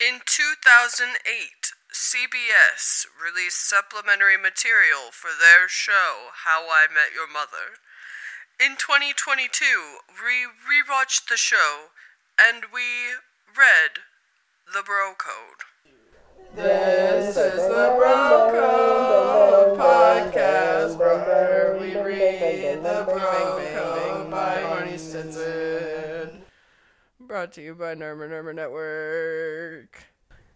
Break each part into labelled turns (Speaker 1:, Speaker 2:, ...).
Speaker 1: In 2008, CBS released supplementary material for their show How I Met Your Mother. In 2022, we rewatched the show and we read The Bro Code.
Speaker 2: This is the Bro Code podcast where we read the Bro Code by Marty Stinson.
Speaker 1: Brought to you by Nermer Nermer Network.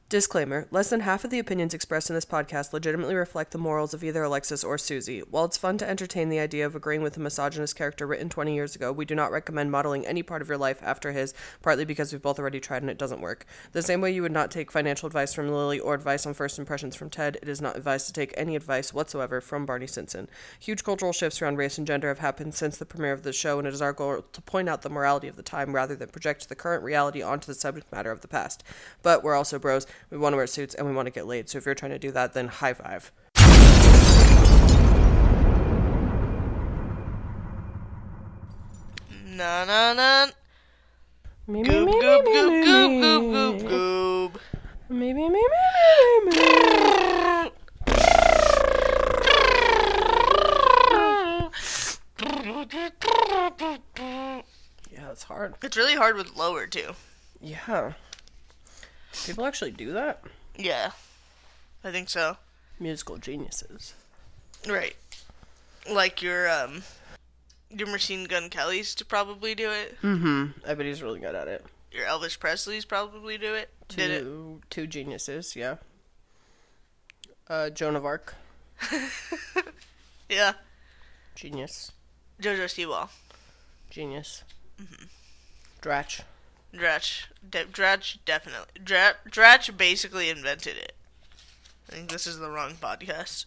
Speaker 1: Disclaimer Less than half of the opinions expressed in this podcast legitimately reflect the morals of either Alexis or Susie. While it's fun to entertain the idea of agreeing with a misogynist character written 20 years ago, we do not recommend modeling any part of your life after his, partly because we've both already tried and it doesn't work. The same way you would not take financial advice from Lily or advice on first impressions from Ted, it is not advised to take any advice whatsoever from Barney Stinson. Huge cultural shifts around race and gender have happened since the premiere of the show, and it is our goal to point out the morality of the time rather than project the current reality onto the subject matter of the past. But we're also bros, we want to wear suits, and we want to get laid, so if you're trying to do that, then high five.
Speaker 2: Na na na.
Speaker 1: Me,
Speaker 2: Goob goob goob goob goob goob goob.
Speaker 1: me, me, me, me, me, me. Yeah, that's hard.
Speaker 2: It's really hard with lower too.
Speaker 1: Yeah. People actually do that?
Speaker 2: Yeah, I think so.
Speaker 1: Musical geniuses.
Speaker 2: Right, like your um, your Machine Gun Kellys to probably do it.
Speaker 1: I bet he's really good at it.
Speaker 2: Your Elvis Presley's probably do it.
Speaker 1: Two,
Speaker 2: Did it?
Speaker 1: two geniuses, yeah. Uh, Joan of Arc,
Speaker 2: Yeah.
Speaker 1: genius,
Speaker 2: JoJo Siwa.
Speaker 1: genius.
Speaker 2: Mm-hmm.
Speaker 1: Dratch.
Speaker 2: Dratch, de- Dratch definitely. Dratch, Dratch basically invented it. I think this is the wrong podcast.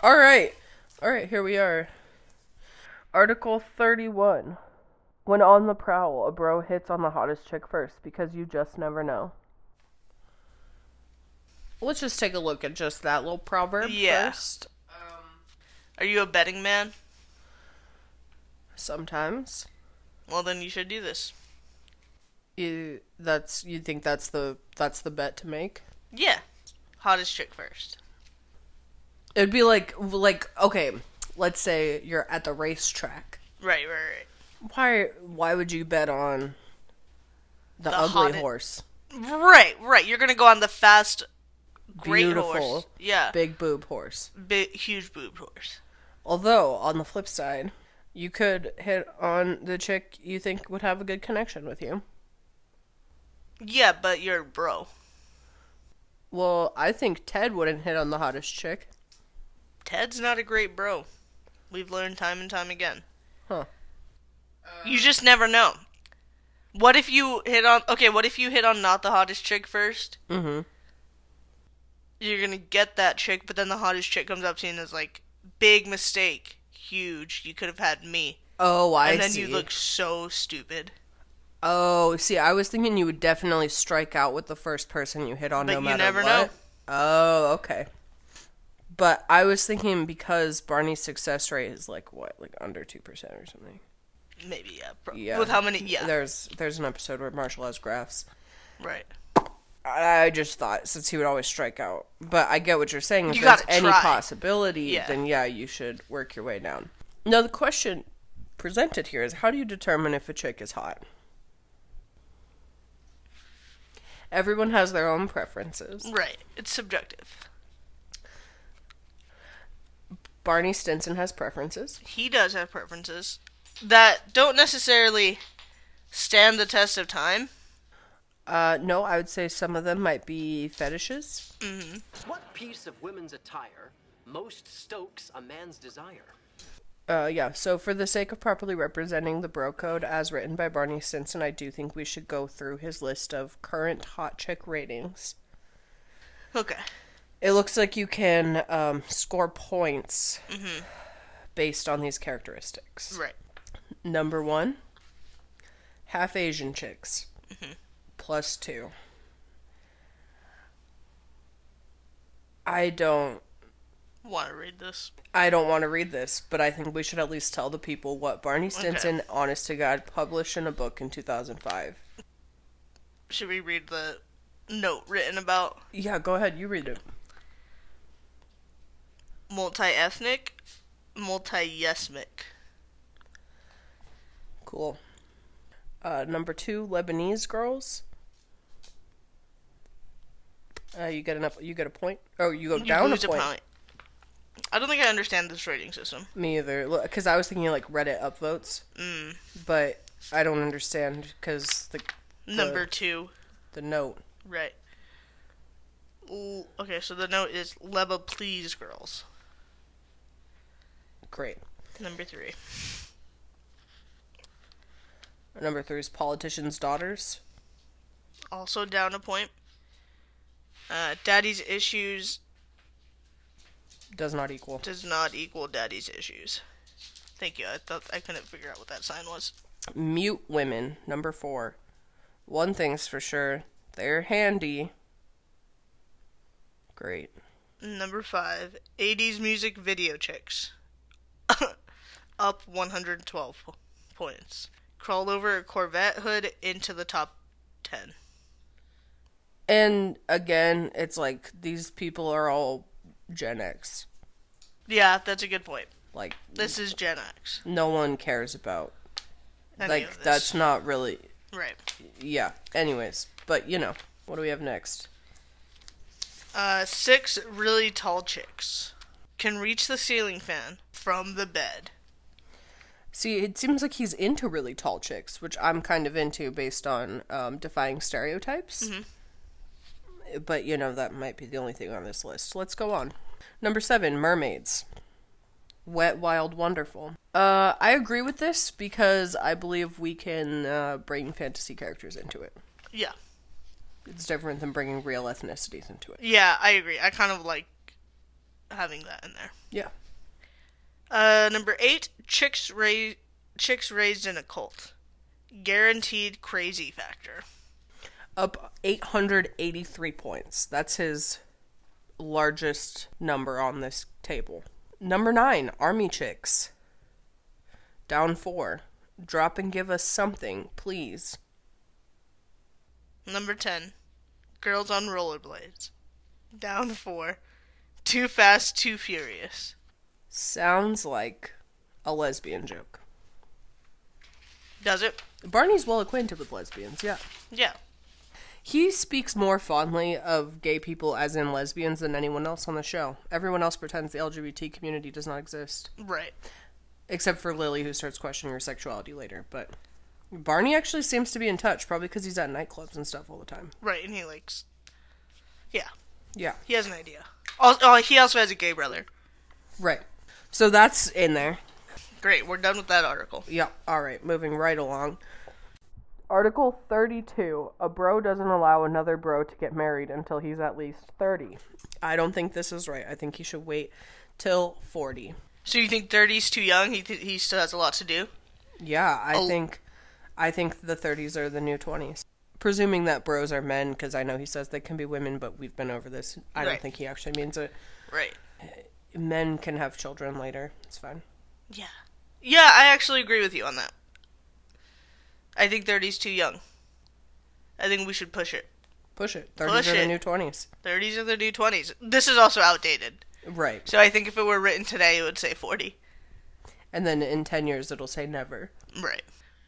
Speaker 1: All right. All right, here we are. Article 31. When on the prowl, a bro hits on the hottest chick first because you just never know. Let's just take a look at just that little proverb
Speaker 2: Yeah.
Speaker 1: first.
Speaker 2: Are you a betting man?
Speaker 1: Sometimes
Speaker 2: Well, then you should do this.
Speaker 1: you that's you think that's the that's the bet to make.
Speaker 2: Yeah. Hottest chick first.
Speaker 1: It'd be like like okay, let's say you're at the racetrack.
Speaker 2: Right, right, right.
Speaker 1: Why why would you bet on the, ugly
Speaker 2: hottest-
Speaker 1: horse,
Speaker 2: Right, right. You're gonna go on the fast, great
Speaker 1: Beautiful.
Speaker 2: horse. Yeah, big,
Speaker 1: big boob horse?
Speaker 2: huge boob horse.
Speaker 1: Although, on the flip side, you could hit on the chick you think would have a good connection with you.
Speaker 2: Yeah, but you're a bro.
Speaker 1: Well, I think Ted wouldn't hit on the hottest chick.
Speaker 2: Ted's not a great bro. We've learned time and time again.
Speaker 1: Huh.
Speaker 2: You just never know. What if you hit on okay, what if you hit on not the hottest chick first?
Speaker 1: Mhm.
Speaker 2: You're gonna get that chick, but then the hottest chick comes up to you and is like, big mistake. Huge. You could have had me.
Speaker 1: Oh, I
Speaker 2: And then
Speaker 1: see.
Speaker 2: you look so stupid.
Speaker 1: oh, see, I was thinking you would definitely strike out with the first person you hit on,
Speaker 2: But
Speaker 1: no
Speaker 2: you
Speaker 1: matter
Speaker 2: never
Speaker 1: what.
Speaker 2: know.
Speaker 1: Oh, okay. But I was thinking because Barney's success rate is like what, like under two percent or something.
Speaker 2: Maybe, yeah. Bro.
Speaker 1: Yeah.
Speaker 2: With how many yeah.
Speaker 1: There's there's an episode where Marshall has graphs.
Speaker 2: Right.
Speaker 1: I I just thought since he would always strike out. But I get what you're saying. If
Speaker 2: You
Speaker 1: there's
Speaker 2: gotta
Speaker 1: any
Speaker 2: try.
Speaker 1: possibility,
Speaker 2: Yeah.
Speaker 1: then yeah, you should work your way down. Now the question presented here is how do you determine if a chick is hot? Everyone has their own preferences.
Speaker 2: Right. It's subjective.
Speaker 1: Barney Stinson has preferences.
Speaker 2: He does have preferences that don't necessarily stand the test of time.
Speaker 1: Uh, no, I would say some of them might be fetishes.
Speaker 3: What piece of women's attire most stokes a man's desire?
Speaker 1: Uh, yeah, so for the sake of properly representing the bro code as written by Barney Stinson, I do think we should go through his list of current hot chick ratings.
Speaker 2: Okay.
Speaker 1: It looks like you can um, score points based on these characteristics.
Speaker 2: Right.
Speaker 1: Number one, half Asian chicks, plus two. I don't
Speaker 2: want to read this.
Speaker 1: I don't want to read this, but I think we should at least tell the people what Barney Stinson, honest to God, published in a book in 2005.
Speaker 2: Should we read the note written about
Speaker 1: Yeah, go ahead. You read it.
Speaker 2: multi-ethnic, multi-yesmic?
Speaker 1: Cool. Uh, number two, Lebanese girls. Uh, you get an up, you get a point. Oh, you go
Speaker 2: You
Speaker 1: down
Speaker 2: lose
Speaker 1: a point.
Speaker 2: I don't think I understand this rating system.
Speaker 1: Me either, because I was thinking like Reddit upvotes,
Speaker 2: Mm.
Speaker 1: but I don't understand because the
Speaker 2: Number two,
Speaker 1: the note.
Speaker 2: right? L- okay, so the note is Leba, please, girls.
Speaker 1: Great.
Speaker 2: Number three,
Speaker 1: Number three is politicians' daughters.
Speaker 2: also down a point. Uh, daddy's issues
Speaker 1: Does not equal.
Speaker 2: does not equal daddy's issues. Thank you. I thought I couldn't figure out what that sign was.
Speaker 1: Mute women. Number four. One thing's for sure, they're handy. Great.
Speaker 2: Number five, 80s music video chicks. Up 112 po- points. Crawl over a Corvette hood into the top 10.
Speaker 1: And again, it's like these people are all Gen X.
Speaker 2: Yeah, that's a good point.
Speaker 1: Like
Speaker 2: This is Gen X.
Speaker 1: no one cares about.
Speaker 2: Any of
Speaker 1: Like
Speaker 2: this.
Speaker 1: that's not really
Speaker 2: right.
Speaker 1: yeah. Anyways, but you know, what do we have next?
Speaker 2: Uh, six really tall chicks can reach the ceiling fan from the bed.
Speaker 1: See, it seems like he's into really tall chicks, which I'm kind of into based on um, defying stereotypes. But you know, that might be the only thing on this list. Let's go on. Number seven, mermaids. Wet, wild, wonderful. Uh, I agree with this because I believe we can uh, bring fantasy characters into it.
Speaker 2: Yeah.
Speaker 1: It's different than bringing real ethnicities into it.
Speaker 2: Yeah, I agree. I kind of like having that in there.
Speaker 1: Yeah.
Speaker 2: Uh, number eight, chicks raised chicks raised in a cult, guaranteed crazy factor.
Speaker 1: Up 883 points. That's his largest number on this table. Number nine, Army Chicks. Down four. Drop and give us something, please.
Speaker 2: Number ten, girls on rollerblades, down four, too fast, too furious.
Speaker 1: Sounds like a lesbian joke.
Speaker 2: Does it?
Speaker 1: Barney's well acquainted with lesbians, yeah.
Speaker 2: Yeah.
Speaker 1: He speaks more fondly of gay people as in lesbians than anyone else on the show. Everyone else pretends the LGBT community does not exist.
Speaker 2: Right.
Speaker 1: except for Lily, who starts questioning her sexuality later. But Barney actually seems to be in touch, probably because he's at nightclubs and stuff all the time.
Speaker 2: Right. And he likes. Yeah.
Speaker 1: Yeah,
Speaker 2: He has an idea. Al oh, he also has a gay brother.
Speaker 1: right. So that's in there.
Speaker 2: Great. We're done with that article.
Speaker 1: Yeah, all right, moving right along. Article 32 A bro doesn't allow another bro to get married until he's at least 30. I don't think this is right. I think he should wait till 40.
Speaker 2: So you think 30's too young? He th- he still has a lot to do.
Speaker 1: Yeah, I
Speaker 2: Oh.
Speaker 1: think I think the 30s are the new 20s. Presuming that bros are men because I know he says they can be women, but we've been over this. I don't
Speaker 2: Right.
Speaker 1: think he actually means it.
Speaker 2: Right.
Speaker 1: Men can have children later. It's fine.
Speaker 2: Yeah. Yeah, I actually agree with you on that. I think 30's too young. I think we should push it.
Speaker 1: Push it. 30s
Speaker 2: Push
Speaker 1: are the
Speaker 2: it.
Speaker 1: new 20s.
Speaker 2: 30s are the new 20s. This is also outdated.
Speaker 1: Right.
Speaker 2: So I think if it were written today, it would say 40.
Speaker 1: And then in 10 years it'll say never.
Speaker 2: Right.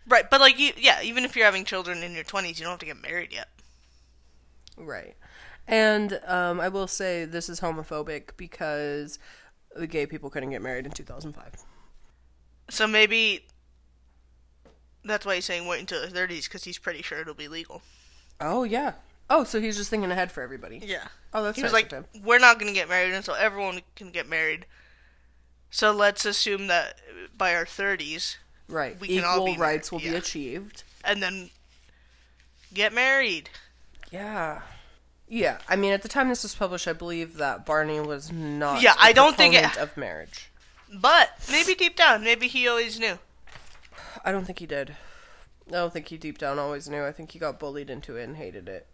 Speaker 2: Right, but like, you, yeah, even if you're having children in your 20s, you don't have to get married yet.
Speaker 1: Right. And um, I will say this is homophobic because the gay people couldn't get married in 2005.
Speaker 2: So maybe that's why he's saying wait until the 30s, because he's pretty sure it'll be legal.
Speaker 1: Oh, yeah. Oh, so he's just thinking ahead for everybody.
Speaker 2: Yeah.
Speaker 1: Oh, that's
Speaker 2: He was
Speaker 1: nice
Speaker 2: like,
Speaker 1: of him.
Speaker 2: we're not going to get married until everyone can get married. So let's assume that by our 30s,
Speaker 1: Right.
Speaker 2: we can all
Speaker 1: Equal
Speaker 2: be mar-
Speaker 1: rights will be
Speaker 2: yeah.
Speaker 1: achieved.
Speaker 2: and then get married.
Speaker 1: Yeah. Yeah, I mean, at the time this was published, I believe that Barney was not.
Speaker 2: Yeah,
Speaker 1: a
Speaker 2: I don't think it-
Speaker 1: proponent of marriage.
Speaker 2: But maybe deep down, maybe he always knew.
Speaker 1: I don't think he did. I don't think he deep down always knew. I think he got bullied into it and hated it.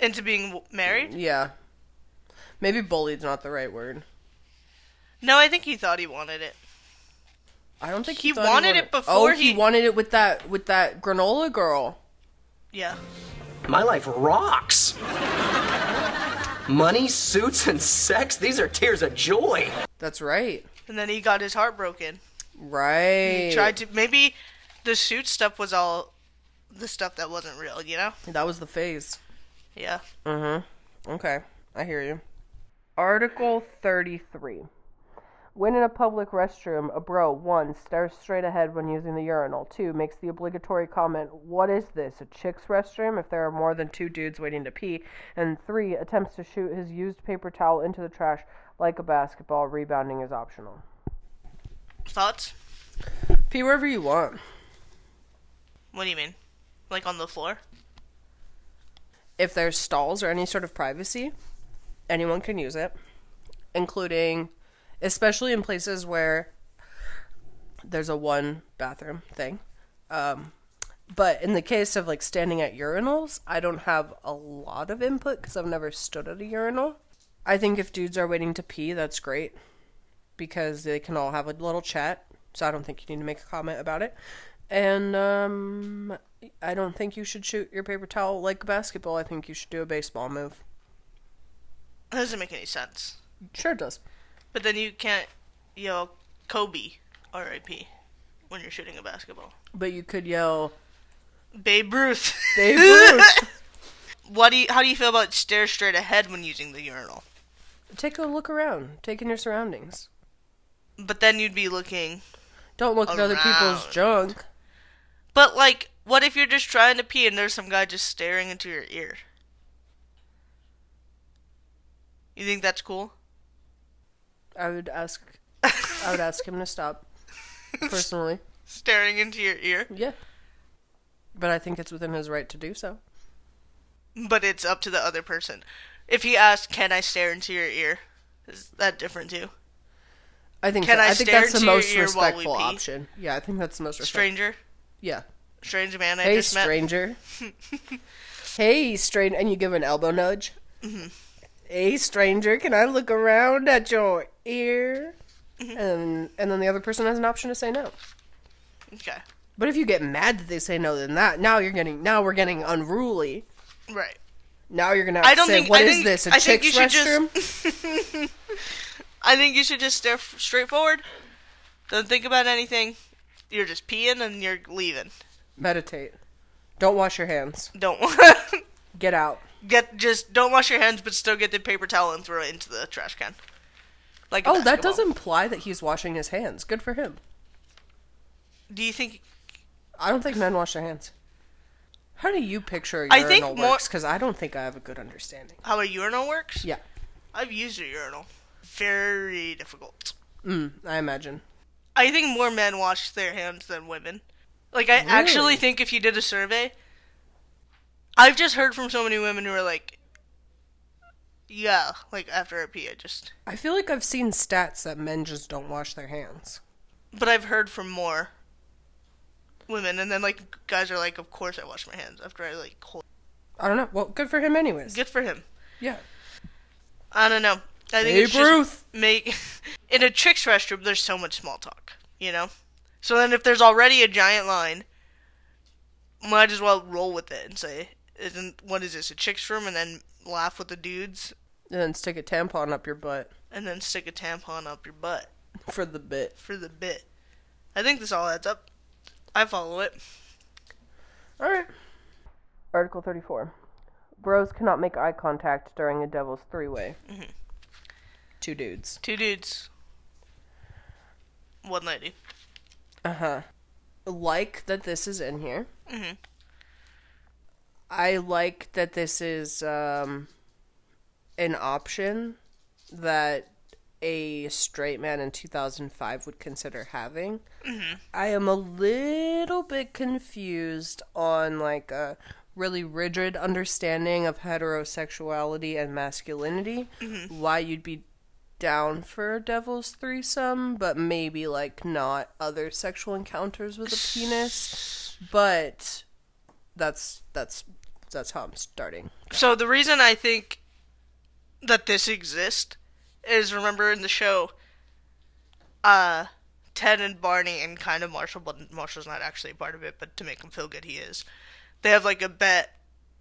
Speaker 2: Into being w- married?
Speaker 1: Yeah, maybe bullied's not the right word.
Speaker 2: No, I think he thought he wanted it.
Speaker 1: I don't think
Speaker 2: He
Speaker 1: he, thought
Speaker 2: wanted it before
Speaker 1: Oh, he...
Speaker 2: he-
Speaker 1: wanted it with that with that granola girl.
Speaker 2: Yeah.
Speaker 3: My life rocks. Money, suits, and sex, these are tears of joy.
Speaker 1: That's right.
Speaker 2: And then he got his heart broken.
Speaker 1: Right.
Speaker 2: He tried to maybe the suit stuff was all the stuff that wasn't real, you know?
Speaker 1: That was the phase.
Speaker 2: Yeah.
Speaker 1: Okay, I hear you. Article 33. When in a public restroom, a bro, one, stares straight ahead when using the urinal, two, makes the obligatory comment, What is this, a chick's restroom? if there are more than two dudes waiting to pee, and three, attempts to shoot his used paper towel into the trash like a basketball, rebounding is optional.
Speaker 2: Thoughts?
Speaker 1: Pee wherever you want.
Speaker 2: What do you mean? Like on the floor?
Speaker 1: if there's stalls or any sort of privacy, anyone can use it, including, especially in places where there's a one bathroom thing. Um, but in the case of like standing at urinals, I don't have a lot of input because I've never stood at a urinal. I think if dudes are waiting to pee, that's great because they can all have a little chat. So I don't think you need to make a comment about it. And um, I don't think you should shoot your paper towel like a basketball. I think you should do a baseball move.
Speaker 2: That doesn't make any sense.
Speaker 1: Sure does.
Speaker 2: But then you can't yell Kobe R.I.P. when you're shooting a basketball.
Speaker 1: But you could yell,
Speaker 2: Babe Ruth.
Speaker 1: Babe Ruth!
Speaker 2: what do you how do you feel about stare straight ahead when using the urinal?
Speaker 1: Take a look around. Take in your surroundings.
Speaker 2: But then you'd be looking
Speaker 1: Don't look at other people's
Speaker 2: Around.
Speaker 1: junk.
Speaker 2: But like, what if you're just trying to pee and there's some guy just staring into your ear? You think that's cool?
Speaker 1: I would ask. I would ask him to stop. Personally,
Speaker 2: Staring into your ear?
Speaker 1: yeah. But I think it's within his right to do so.
Speaker 2: But it's up to the other person. If he asks, "Can I stare into your ear?" Is that different too?
Speaker 1: I think.
Speaker 2: Can
Speaker 1: so.
Speaker 2: I
Speaker 1: I, think
Speaker 2: stare
Speaker 1: that's the
Speaker 2: into your
Speaker 1: most
Speaker 2: ear while we
Speaker 1: respectful
Speaker 2: pee?
Speaker 1: option. Yeah, I think that's the most respectful.
Speaker 2: Stranger,
Speaker 1: Yeah.
Speaker 2: strange man I
Speaker 1: Hey,
Speaker 2: just met.
Speaker 1: stranger. hey, stranger. And you give an elbow nudge.
Speaker 2: Mm-hmm.
Speaker 1: Hey, stranger, can I look around at your ear?
Speaker 2: Mm-hmm.
Speaker 1: And, and then the other person has an option to say no.
Speaker 2: Okay,
Speaker 1: But if you get mad that they say no, then that now you're getting now we're getting unruly.
Speaker 2: right.
Speaker 1: Now you're gonna have
Speaker 2: I
Speaker 1: to
Speaker 2: don't
Speaker 1: say,
Speaker 2: think.
Speaker 1: "What
Speaker 2: I
Speaker 1: is
Speaker 2: think,
Speaker 1: this? A
Speaker 2: I think
Speaker 1: chick's
Speaker 2: you should
Speaker 1: restroom?"
Speaker 2: just. I think you should just stare f- straight forward. Don't think about anything. You're just peeing and you're leaving.
Speaker 1: Meditate. Don't wash your hands.
Speaker 2: Don't.
Speaker 1: Get out.
Speaker 2: get just don't wash your hands, but still get the paper towel and throw it into the trash can. Like a
Speaker 1: Oh, that
Speaker 2: basketball.
Speaker 1: does imply that he's washing his hands. Good for him.
Speaker 2: Do you think?
Speaker 1: I don't think men wash their hands. How do you picture a
Speaker 2: I
Speaker 1: urinal
Speaker 2: think more-
Speaker 1: works? Because I don't think I have a good understanding.
Speaker 2: How a urinal works?
Speaker 1: Yeah,
Speaker 2: I've used a urinal. Very difficult.
Speaker 1: mm, I imagine.
Speaker 2: I think more men wash their hands than women. Like I actually
Speaker 1: Really?
Speaker 2: think if you did a survey, I've just heard from so many women who are like, yeah, like after a pee, I just.
Speaker 1: I feel like I've seen stats that men just don't wash their hands.
Speaker 2: But I've heard from more women, and then like guys are like, of course I wash my hands after I like hold.
Speaker 1: I don't know. Well, good for him, anyways.
Speaker 2: Good for him.
Speaker 1: Yeah.
Speaker 2: I don't know. I think
Speaker 1: Babe
Speaker 2: it's just
Speaker 1: Ruth.
Speaker 2: make in a chicks restroom. There's so much small talk, you know. So then, if there's already a giant line, might as well roll with it and say, "Isn't what is this a chicks room?" And then laugh with the dudes,
Speaker 1: And then stick a tampon up your butt
Speaker 2: and then stick a tampon up your butt
Speaker 1: for the bit.
Speaker 2: for the bit. I think this all adds up. I follow it.
Speaker 1: All right. Article 34. Bros cannot make eye contact during a devil's three way.
Speaker 2: Mm-hmm.
Speaker 1: Two dudes.
Speaker 2: Two dudes, one lady.
Speaker 1: Uh huh. Like that this is in here. I like that this is um, an option that a straight man in 2005 would consider having. I am a little bit confused on like a really rigid understanding of heterosexuality and masculinity.
Speaker 2: Mm-hmm.
Speaker 1: Why you'd be down for a devil's threesome, but maybe like not other sexual encounters with a penis. But that's that's that's how I'm starting.
Speaker 2: So the reason I think that this exists is remember in the show uh, Ted and Barney and kind of Marshall, but Marshall's not actually a part of it, but to make him feel good, he is. They have like a bet,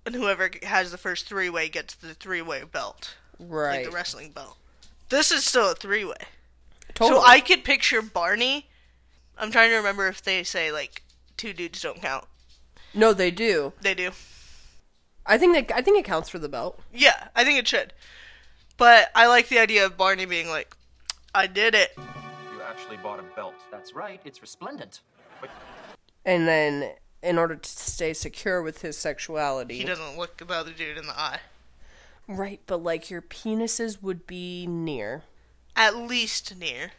Speaker 2: and whoever has the first three way gets the three way belt,
Speaker 1: Right.
Speaker 2: like the wrestling belt. This is still a three way.
Speaker 1: totally.
Speaker 2: So I could picture Barney. I'm trying to remember if they say like two dudes don't count.
Speaker 1: no, they do.
Speaker 2: They do.
Speaker 1: I think that I think it counts for the belt.
Speaker 2: Yeah, I think it should. But I like the idea of Barney being like, I did it.
Speaker 4: You actually bought a belt.
Speaker 3: That's right, it's resplendent.
Speaker 1: And then in order to stay secure with his sexuality.
Speaker 2: He doesn't look the other dude in the eye.
Speaker 1: right, but like your penises would be near,
Speaker 2: At least near.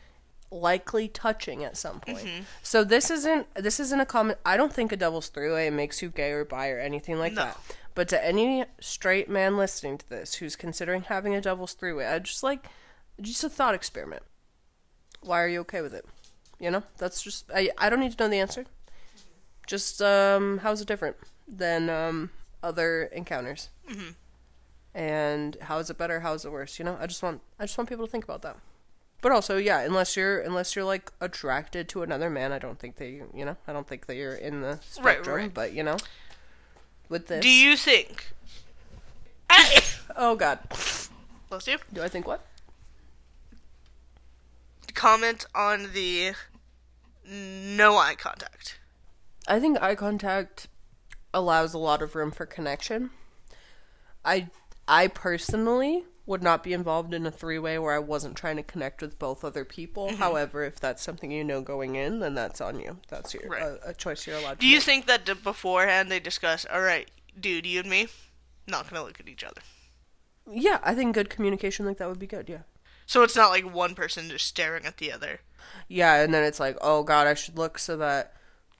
Speaker 1: likely touching at some point. So this isn't this isn't a common I don't think a devil's three way makes you gay or bi or anything like
Speaker 2: No.
Speaker 1: that. But to any straight man listening to this who's considering having a devil's three way, I just like just a thought experiment. Why are you okay with it? You know? That's just I I don't need to know the answer. Just um how's it different than um other encounters?
Speaker 2: Mm-hmm.
Speaker 1: and how is it better how is it worse you know i just want i just want people to think about that but also yeah unless you're unless you're like attracted to another man i don't think that you you know i don't think that you're in the
Speaker 2: Right,
Speaker 1: spectrum
Speaker 2: right.
Speaker 1: but you know with this
Speaker 2: Do you think?
Speaker 1: oh god
Speaker 2: Bless you.
Speaker 1: do i think what
Speaker 2: Comment on the no eye contact.
Speaker 1: I think eye contact allows a lot of room for connection. I I personally would not be involved in a three-way where I wasn't trying to connect with both other people.
Speaker 2: Mm-hmm.
Speaker 1: However, if that's something you know going in, then that's on you. That's your
Speaker 2: Right.
Speaker 1: a, a choice you're allowed to.
Speaker 2: Do you
Speaker 1: make.
Speaker 2: think that d- beforehand they discuss, all right, dude, you and me, not gonna look at each other.
Speaker 1: Yeah, I think good communication like that would be good. Yeah.
Speaker 2: So it's not like one person just staring at the other.
Speaker 1: Yeah, and then it's like, "Oh god, I should look so that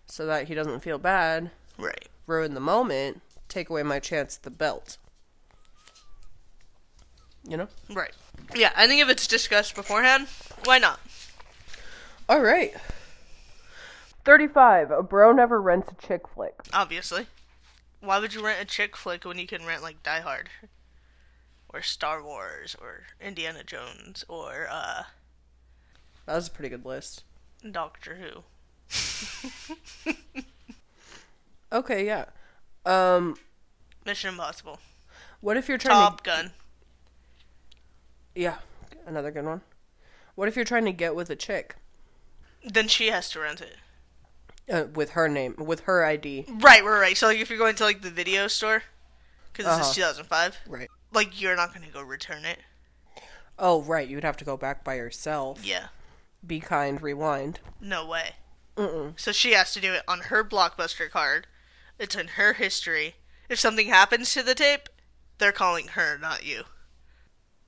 Speaker 1: so that he doesn't feel bad,
Speaker 2: Right.
Speaker 1: ruin the moment, take away my chance at the belt." You know?
Speaker 2: Right. Yeah, I think if it's discussed beforehand, why not?
Speaker 1: All right. 35. A bro never rents a chick flick.
Speaker 2: Obviously. Why would you rent a chick flick when you can rent like Die Hard or Star Wars or Indiana Jones or uh
Speaker 1: That was a pretty good list.
Speaker 2: Doctor Who?
Speaker 1: Okay, yeah. Um,
Speaker 2: Mission Impossible.
Speaker 1: what if you're trying
Speaker 2: Top
Speaker 1: to.
Speaker 2: Gun.
Speaker 1: Yeah, another good one. What if you're trying to get with a chick?
Speaker 2: Then she has to rent it.
Speaker 1: Uh, with her name, with her ID.
Speaker 2: Right, right, right. So like if you're going to like the video store cuz this
Speaker 1: Uh-huh.
Speaker 2: is 2005,
Speaker 1: Right.
Speaker 2: like you're not going to go return it.
Speaker 1: Oh, right. You'd have to go back by yourself.
Speaker 2: Yeah.
Speaker 1: Be kind, rewind.
Speaker 2: No way. Mm-mm. So she has to do it on her Blockbuster card. It's in her history. If something happens to the tape, they're calling her, not you.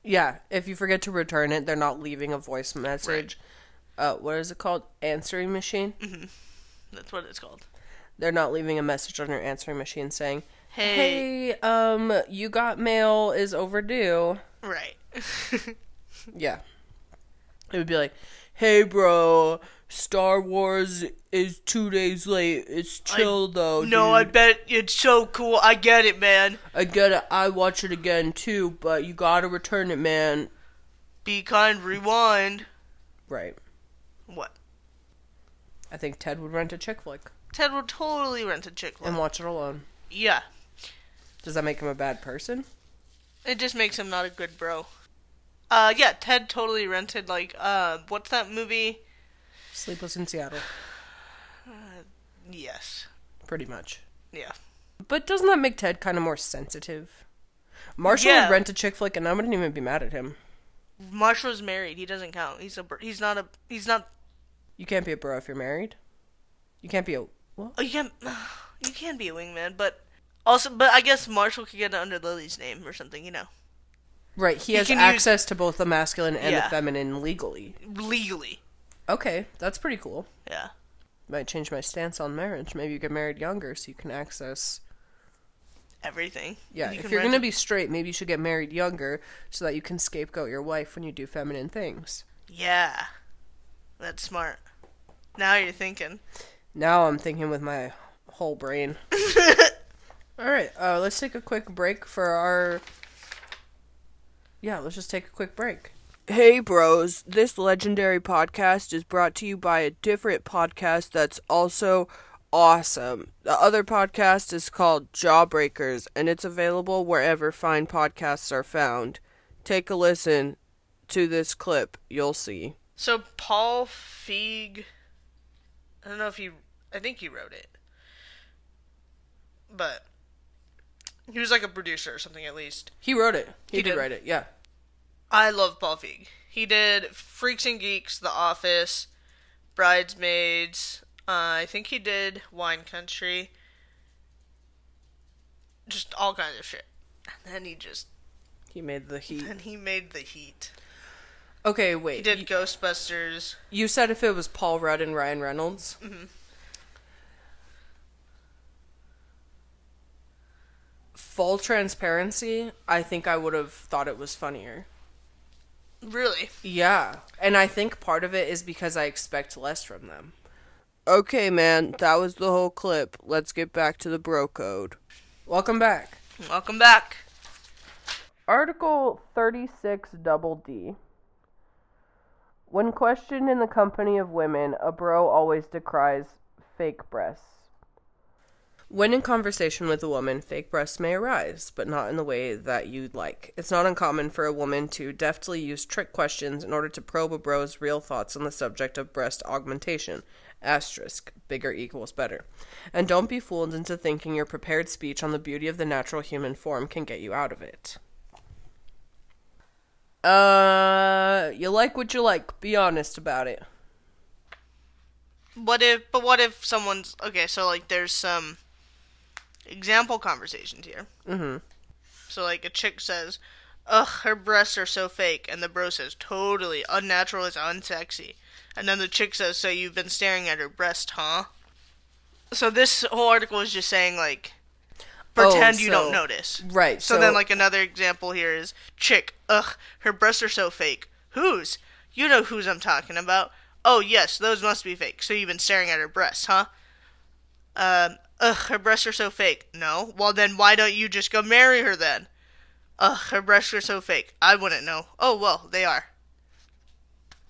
Speaker 1: Yeah, if you forget to return it, they're not leaving a voice message. Uh, what is it called? Answering machine?
Speaker 2: Mm-hmm. That's what it's called.
Speaker 1: They're not leaving a message on your answering machine saying,
Speaker 2: Hey.
Speaker 1: hey, um, you got mail is overdue.
Speaker 2: Right.
Speaker 1: Yeah. It would be like, hey, bro, Star Wars is two days late. It's chill, though.
Speaker 2: no, I
Speaker 1: dude.
Speaker 2: bet it's so cool. I get it, man.
Speaker 1: I, get it. I watch it again, too, but you gotta return it, man.
Speaker 2: Be kind, rewind.
Speaker 1: Right.
Speaker 2: What?
Speaker 1: I think Ted would rent a chick flick
Speaker 2: Ted will totally rent a chick
Speaker 1: and
Speaker 2: flick.
Speaker 1: watch it alone.
Speaker 2: Yeah.
Speaker 1: Does that make him a bad person?
Speaker 2: It just makes him not a good bro. Uh, yeah, Ted totally rented, like, uh, what's that movie?
Speaker 1: Sleepless in Seattle,
Speaker 2: Yes.
Speaker 1: pretty much.
Speaker 2: Yeah.
Speaker 1: But doesn't that make Ted kind of more sensitive? Marshall
Speaker 2: Yeah.
Speaker 1: would rent a chick flick, and I wouldn't even be mad at him.
Speaker 2: Marshall's married. He doesn't count. He's a. br- He's not a. He's not.
Speaker 1: You can't be a bro if you're married. You can't be a what?
Speaker 2: Oh, you can. You can be a wingman, but also, but I guess Marshall could get it under Lily's name or something. You know,
Speaker 1: Right, he has
Speaker 2: can use-
Speaker 1: access to both the masculine and the
Speaker 2: Yeah.
Speaker 1: feminine legally.
Speaker 2: legally.
Speaker 1: Okay, that's pretty cool.
Speaker 2: Yeah.
Speaker 1: Might change my stance on marriage. Maybe you get married younger so you can access.
Speaker 2: Everything.
Speaker 1: Yeah,
Speaker 2: You
Speaker 1: if
Speaker 2: can
Speaker 1: you're
Speaker 2: rent
Speaker 1: gonna
Speaker 2: a-
Speaker 1: be straight, maybe you should get married younger so that you can scapegoat your wife when you do feminine things.
Speaker 2: Yeah. That's smart. Now you're thinking.
Speaker 1: Now I'm thinking with my whole brain. All right, uh, let's take a quick break for our. Yeah, let's just take a quick break. Hey, bros, this legendary podcast is brought to you by a different podcast that's also awesome. The other podcast is called Jawbreakers, and it's available wherever fine podcasts are found. Take a listen to this clip, you'll see.
Speaker 2: So Paul Feig, I don't know if he, I think he wrote it, but he was like a producer or something at least.
Speaker 1: He wrote it. He,
Speaker 2: He
Speaker 1: did,
Speaker 2: did.
Speaker 1: write it, yeah.
Speaker 2: I love Paul Feig. He did Freaks and Geeks, The Office, Bridesmaids. Uh, I think he did Wine Country. Just all kinds of shit. And then he just,
Speaker 1: He made the heat.
Speaker 2: then he made The Heat.
Speaker 1: Okay,
Speaker 2: He
Speaker 1: wait.
Speaker 2: did
Speaker 1: You,
Speaker 2: Ghostbusters.
Speaker 1: you said if it was Paul Rudd and Ryan Reynolds? Full transparency, I think I would have thought it was funnier.
Speaker 2: Really?
Speaker 1: Yeah. And I think part of it is because I expect less from them. Okay, man, that was the whole clip. Let's get back to the bro code. Welcome back.
Speaker 2: Welcome back.
Speaker 1: Article 36 double D. When questioned in the company of women, a bro always decries fake breasts. When in conversation with a woman, fake breasts may arise, but not in the way that you'd like. It's not uncommon for a woman to deftly use trick questions in order to probe a bro's real thoughts on the subject of breast augmentation. Asterisk, bigger equals better. And don't be fooled into thinking your prepared speech on the beauty of the natural human form can get you out of it. Uh, you like what you like. Be honest about it.
Speaker 2: What if, but what if someone's, okay, so like there's some example conversations here. Mm hmm.
Speaker 1: Mm-hmm.
Speaker 2: So like a chick says, ugh, her breasts are so fake. And the bro says, totally, unnatural is unsexy. And then the chick says, so you've been staring at her breast, huh? So this whole article is just saying like,
Speaker 1: Oh,
Speaker 2: pretend you
Speaker 1: so-
Speaker 2: don't notice.
Speaker 1: Right.
Speaker 2: So, then, like another example here is chick. Ugh, her breasts are so fake. Whose? You know whose I'm talking about. Oh yes, those must be fake. So you've been staring at her breasts, huh? Um, ugh, her breasts are so fake. No. Well then, why don't you just go marry her then? Ugh, her breasts are so fake. I wouldn't know. Oh well, they are.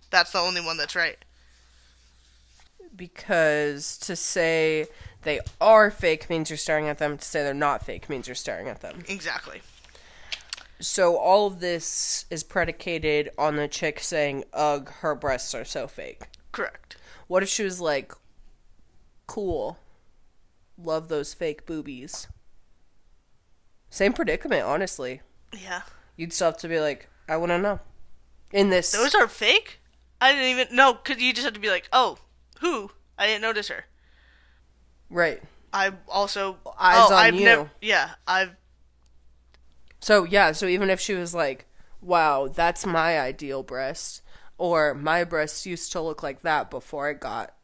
Speaker 2: That's the only one that's right.
Speaker 1: because to say they are fake means you're staring at them. To say they're not fake means you're staring at them.
Speaker 2: Exactly.
Speaker 1: So all of this is predicated on the chick saying, "Ugh, her breasts are so fake."
Speaker 2: Correct.
Speaker 1: What if she was like, "Cool, love those fake boobies." Same predicament, honestly.
Speaker 2: Yeah.
Speaker 1: You'd still have to be like, "I want to know." In this,
Speaker 2: Those are fake? I didn't even know, because you just have to be like, oh, who? I didn't notice her.
Speaker 1: right.
Speaker 2: I also.
Speaker 1: Eyes on
Speaker 2: oh, I've
Speaker 1: you.
Speaker 2: nev- yeah, I've.
Speaker 1: So yeah, so even if she was like, "Wow, that's my ideal breast," or "My breasts used to look like that before I got,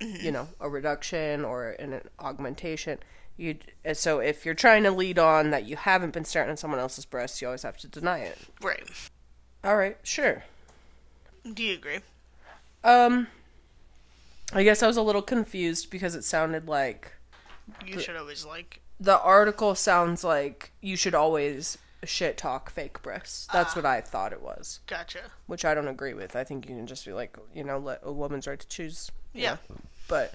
Speaker 1: you know, a reduction or an augmentation," you. So if you're trying to lead on that you haven't been staring at someone else's breasts, you always have to deny it.
Speaker 2: Right.
Speaker 1: All right, sure.
Speaker 2: Do you agree?
Speaker 1: Um, I guess I was a little confused because it sounded like
Speaker 2: You should always like.
Speaker 1: the article sounds like you should always shit talk fake breasts. That's what I thought it was.
Speaker 2: Gotcha.
Speaker 1: which I don't agree with. I think you can just be like, you know, let a woman's right to choose.
Speaker 2: Yeah.
Speaker 1: But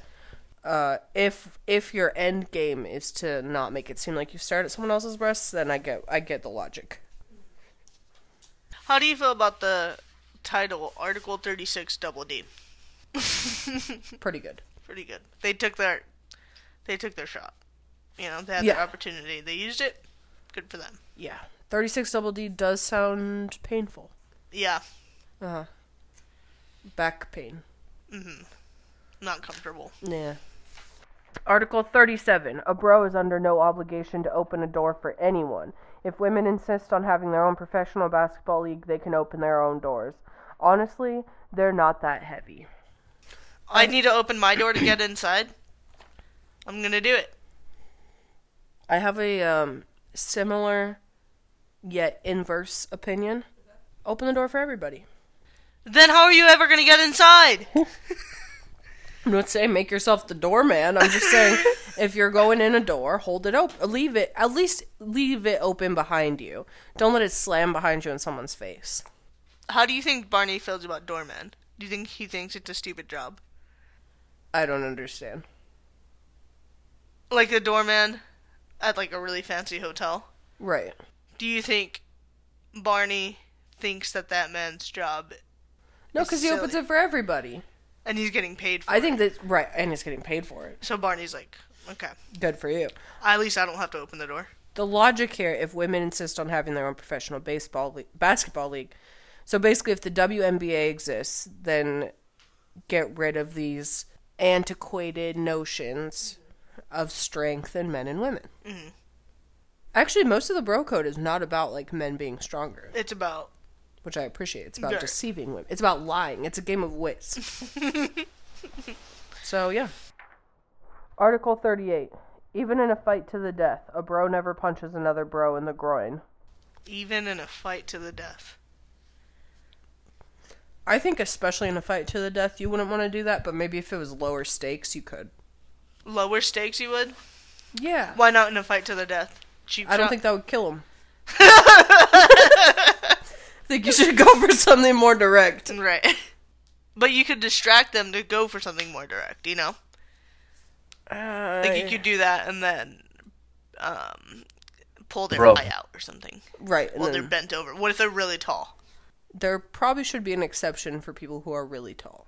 Speaker 1: uh, if if your end game is to not make it seem like you've stared at someone else's breasts, then I get I get the logic.
Speaker 2: How do you feel about the title, Article 36 Double D?
Speaker 1: Pretty good.
Speaker 2: Pretty good. They took their. They took their shot. You know, they had
Speaker 1: Yeah.
Speaker 2: their opportunity. They used it. Good for them.
Speaker 1: Yeah, thirty six double D does sound painful.
Speaker 2: Yeah.
Speaker 1: Back pain.
Speaker 2: Not comfortable.
Speaker 1: Yeah. Article 37. A bro is under no obligation to open a door for anyone. If women insist on having their own professional basketball league, they can open their own doors. Honestly, they're not that heavy.
Speaker 2: I need to open my door to get inside. I'm gonna do it.
Speaker 1: I have a um, similar yet inverse opinion. Open the door for everybody.
Speaker 2: Then how are you ever gonna get inside?
Speaker 1: I'm not saying make yourself the doorman. I'm just saying if you're going in a door, hold it open. Leave it, at least leave it open behind you. Don't let it slam behind you in someone's face.
Speaker 2: How do you think Barney feels about Doorman? Do you think he thinks it's a stupid job?
Speaker 1: I don't understand.
Speaker 2: Like the doorman at like a really fancy hotel?
Speaker 1: Right.
Speaker 2: Do you think Barney thinks that that man's job
Speaker 1: No, because he
Speaker 2: silly.
Speaker 1: opens it for everybody.
Speaker 2: and he's getting paid for
Speaker 1: I
Speaker 2: it?
Speaker 1: think that right, and he's getting paid for it.
Speaker 2: So Barney's like, okay,
Speaker 1: Good for you.
Speaker 2: at least I don't have to open the door.
Speaker 1: The logic here, if women insist on having their own professional baseball le- basketball league, so basically, if the WNBA exists, then get rid of these antiquated notions of strength in men and women. Actually, most of the bro code is not about like men being stronger,
Speaker 2: It's about
Speaker 1: which I appreciate. It's about
Speaker 2: Yeah.
Speaker 1: deceiving women. It's about lying. It's a game of wits. so yeah. Article thirty-eight. Even in a fight to the death, a bro never punches another bro in the groin.
Speaker 2: even in a fight to the death.
Speaker 1: I think especially in a fight to the death, you wouldn't want to do that, but maybe if it was lower stakes, you could.
Speaker 2: Lower stakes, you would?
Speaker 1: Yeah.
Speaker 2: Why not in a fight to the death? Cheap
Speaker 1: I don't
Speaker 2: shot.
Speaker 1: think that would kill him. I think you should go for something more direct.
Speaker 2: Right. But you could distract them to go for something more direct, you know? Like
Speaker 1: Uh,
Speaker 2: you could do that and then um, pull their
Speaker 5: Bro.
Speaker 2: eye out or something.
Speaker 1: right. And
Speaker 2: Well, they're
Speaker 1: then
Speaker 2: bent over. What if they're really tall?
Speaker 1: there probably should be an exception for people who are really tall.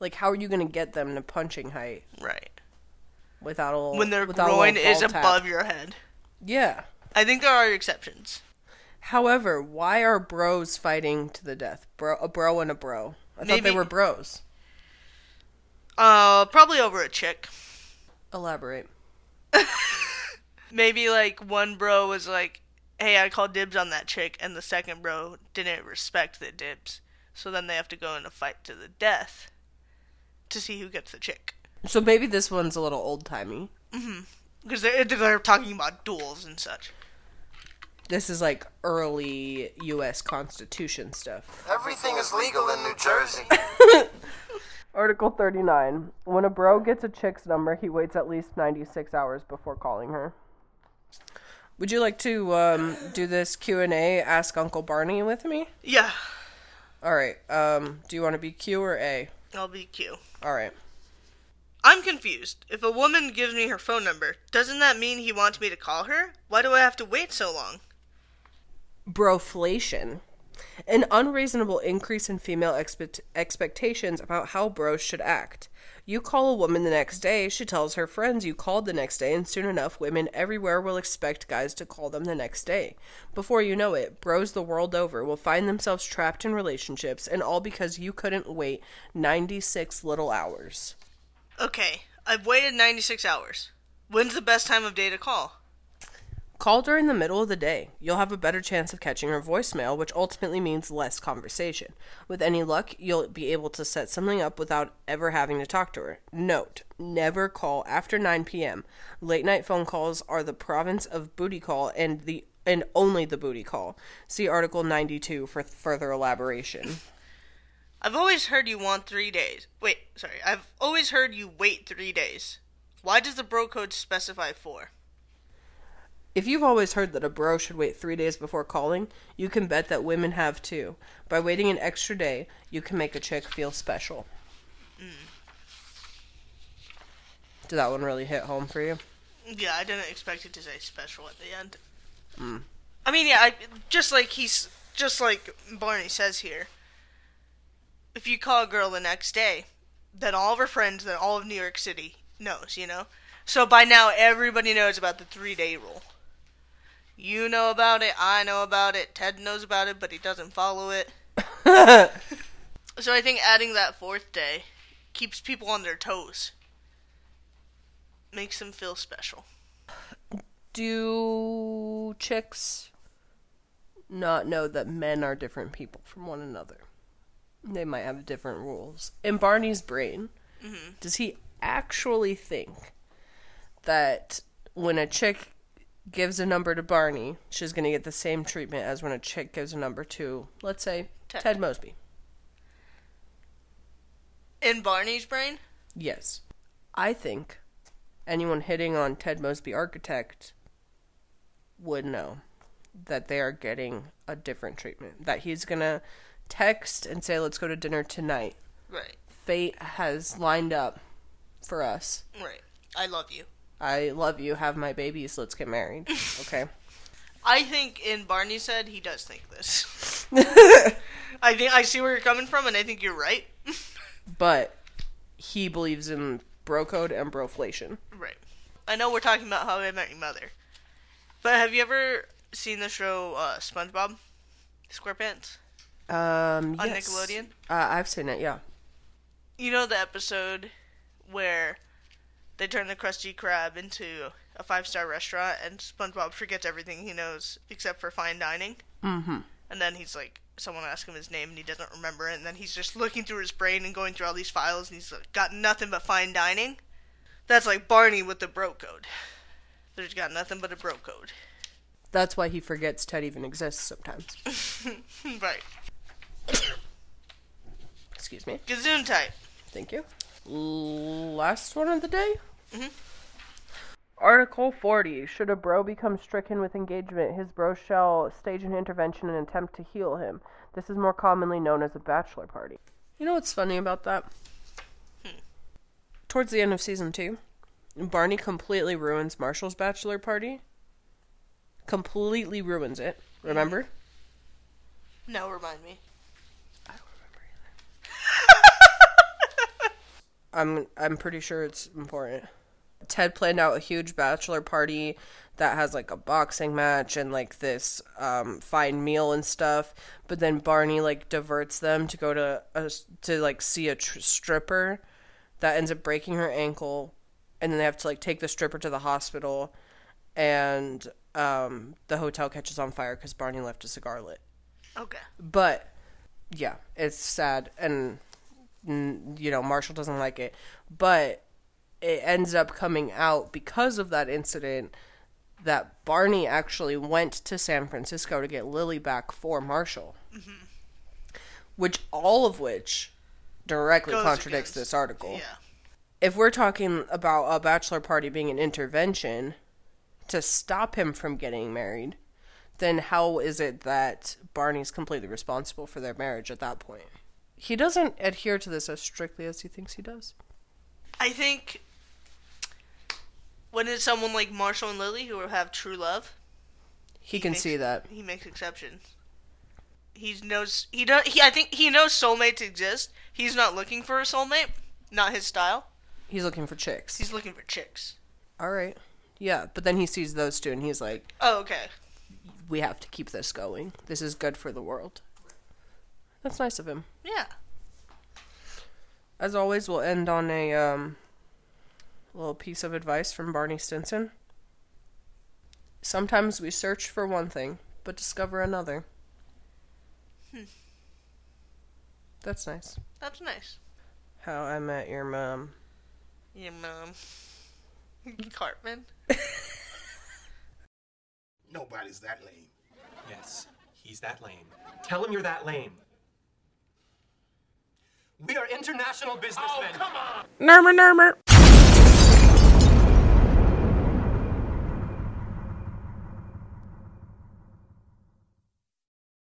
Speaker 1: Like, how are you going to get them to punching height
Speaker 2: Right.
Speaker 1: without all
Speaker 2: When their
Speaker 1: without a
Speaker 2: groin
Speaker 1: little
Speaker 2: is
Speaker 1: ball tap?
Speaker 2: above your head.
Speaker 1: Yeah.
Speaker 2: I think there are exceptions.
Speaker 1: However, why are bros fighting to the death? Bro, a bro and a bro. I thought
Speaker 2: Maybe-
Speaker 1: they were bros.
Speaker 2: Uh, probably over a chick.
Speaker 1: Elaborate.
Speaker 2: Maybe like one bro was like, "Hey, I called dibs on that chick," and the second bro didn't respect the dibs. So then they have to go in a fight to the death to see who gets the chick.
Speaker 1: So maybe this one's a little old timey.
Speaker 2: Because they're, they're talking about duels and such.
Speaker 1: This is like early U.S. Constitution stuff.
Speaker 6: Everything is legal in New Jersey.
Speaker 1: Article 39. When a bro gets a chick's number, he waits at least 96 hours before calling her. Would you like to um, do this Q&A Ask Uncle Barney with me?
Speaker 2: Yeah,
Speaker 1: All right. Um, do you want to be Q or A?
Speaker 2: I'll be Q.
Speaker 1: All right.
Speaker 2: I'm confused. If a woman gives me her phone number, doesn't that mean he wants me to call her? Why do I have to wait so long?
Speaker 1: broflation, an unreasonable increase in female expect- expectations about how bros should act. You call a woman the next day, she tells her friends you called the next day, and soon enough, women everywhere will expect guys to call them the next day. Before you know it, bros the world over will find themselves trapped in relationships, and all because you couldn't wait 96 little hours.
Speaker 2: Okay, I've waited 96 hours. When's the best time of day to call?
Speaker 1: Call during the middle of the day. You'll have a better chance of catching her voicemail, which ultimately means less conversation. With any luck, you'll be able to set something up without ever having to talk to her. Note Never call after 9 p.m. Late night phone calls are the province of booty call and the and only the booty call. See Article 92 for further elaboration.
Speaker 2: I've always heard you want three days. Wait, sorry. I've always heard you wait three days. Why does the bro code specify four?
Speaker 1: If you've always heard that a bro should wait three days before calling, you can bet that women have too. By waiting an extra day, you can make a chick feel special. Did that one really hit home for you?
Speaker 2: Yeah, I didn't expect it to say special at the end. I mean, yeah, I, just like he's just like Barney says here. If you call a girl the next day, then all of her friends, then all of New York City knows, you know. So by now, everybody knows about the three-day rule. You know about it. I know about it. Ted knows about it, but he doesn't follow it. so I think adding that fourth day keeps people on their toes, makes them feel special.
Speaker 1: Do chicks not know that men are different people from one another? They might have different rules. In Barney's brain, does he actually think that when a chick gives a number to Barney, she's going to get the same treatment as when a chick gives a number to, let's say,
Speaker 2: Ted.
Speaker 1: Ted Mosby?
Speaker 2: In Barney's brain?
Speaker 1: Yes. I think anyone hitting on Ted Mosby Architect would know that they are getting a different treatment. That he's going to text and say, let's go to dinner tonight.
Speaker 2: Right.
Speaker 1: Fate has lined up for us.
Speaker 2: Right. I love you.
Speaker 1: I love you. Have my babies. Let's get married. Okay.
Speaker 2: I think, and Barney said he does think this. I think I see where you're coming from, and I think you're right.
Speaker 1: But he believes in bro code and broflation.
Speaker 2: Right. I know we're talking about How I Met Your Mother, but have you ever seen the show uh, SpongeBob SquarePants
Speaker 1: Um,
Speaker 2: on
Speaker 1: yes.
Speaker 2: Nickelodeon?
Speaker 1: Uh, I've seen it, yeah.
Speaker 2: You know the episode where they turn the Krusty Krab into a five star restaurant, and SpongeBob forgets everything he knows except for fine dining. Mm-hmm. And then he's like, someone asks him his name, and he doesn't remember it. And then he's just looking through his brain and going through all these files, and he's like, got nothing but fine dining. That's like Barney with the bro code. There's got nothing but a bro code.
Speaker 1: That's why he forgets Ted even exists sometimes.
Speaker 2: Right.
Speaker 1: Excuse me.
Speaker 2: Gazoon type.
Speaker 1: Thank you. Last one of the day. Article 40. Should a bro become stricken with engagement, his bro shall stage an intervention and attempt to heal him. This is more commonly known as a bachelor party. Hmm. You know what's funny about that? Towards the end of season two, Barney completely ruins Marshall's bachelor party. Completely ruins it. Remember?
Speaker 2: No, remind me.
Speaker 1: I'm I'm pretty sure it's important. Ted planned out a huge bachelor party that has like a boxing match and like this um, fine meal and stuff, but then Barney like diverts them to go to a, to like see a tr- stripper that ends up breaking her ankle, and then they have to like take the stripper to the hospital, and um, the hotel catches on fire because Barney left a cigar lit.
Speaker 2: Okay.
Speaker 1: But yeah, it's sad, and n- you know Marshall doesn't like it, but it ends up coming out because of that incident that Barney actually went to San Francisco to get Lily back for Marshall,
Speaker 2: Mm-hmm.
Speaker 1: which all of which directly
Speaker 2: Goes
Speaker 1: contradicts
Speaker 2: against-
Speaker 1: this article.
Speaker 2: Yeah.
Speaker 1: If we're talking about a bachelor party being an intervention to stop him from getting married. Then how is it that Barney's completely responsible for their marriage at that point? He doesn't adhere to this as strictly as he thinks he does.
Speaker 2: I think when it's someone like Marshall and Lily who have true love,
Speaker 1: He, can
Speaker 2: makes-
Speaker 1: see that.
Speaker 2: he makes exceptions. He knows he does. He, I think he knows soulmates exist. He's not looking for a soulmate. Not his style.
Speaker 1: He's looking for chicks.
Speaker 2: He's looking for chicks.
Speaker 1: All right. Yeah, but then he sees those two and he's like,
Speaker 2: Oh, okay.
Speaker 1: we have to keep this going. This is good for the world. That's nice of him.
Speaker 2: Yeah.
Speaker 1: As always, we'll end on a um, little piece of advice from Barney Stinson. Sometimes we search for one thing, but discover another. That's nice.
Speaker 2: That's nice.
Speaker 1: How I Met Your Mom.
Speaker 2: Your mom, Cartman.
Speaker 5: Nobody's that lame.
Speaker 4: Yes, he's that lame. Tell him you're that lame.
Speaker 3: We are international businessmen.
Speaker 5: Murmur, murmur.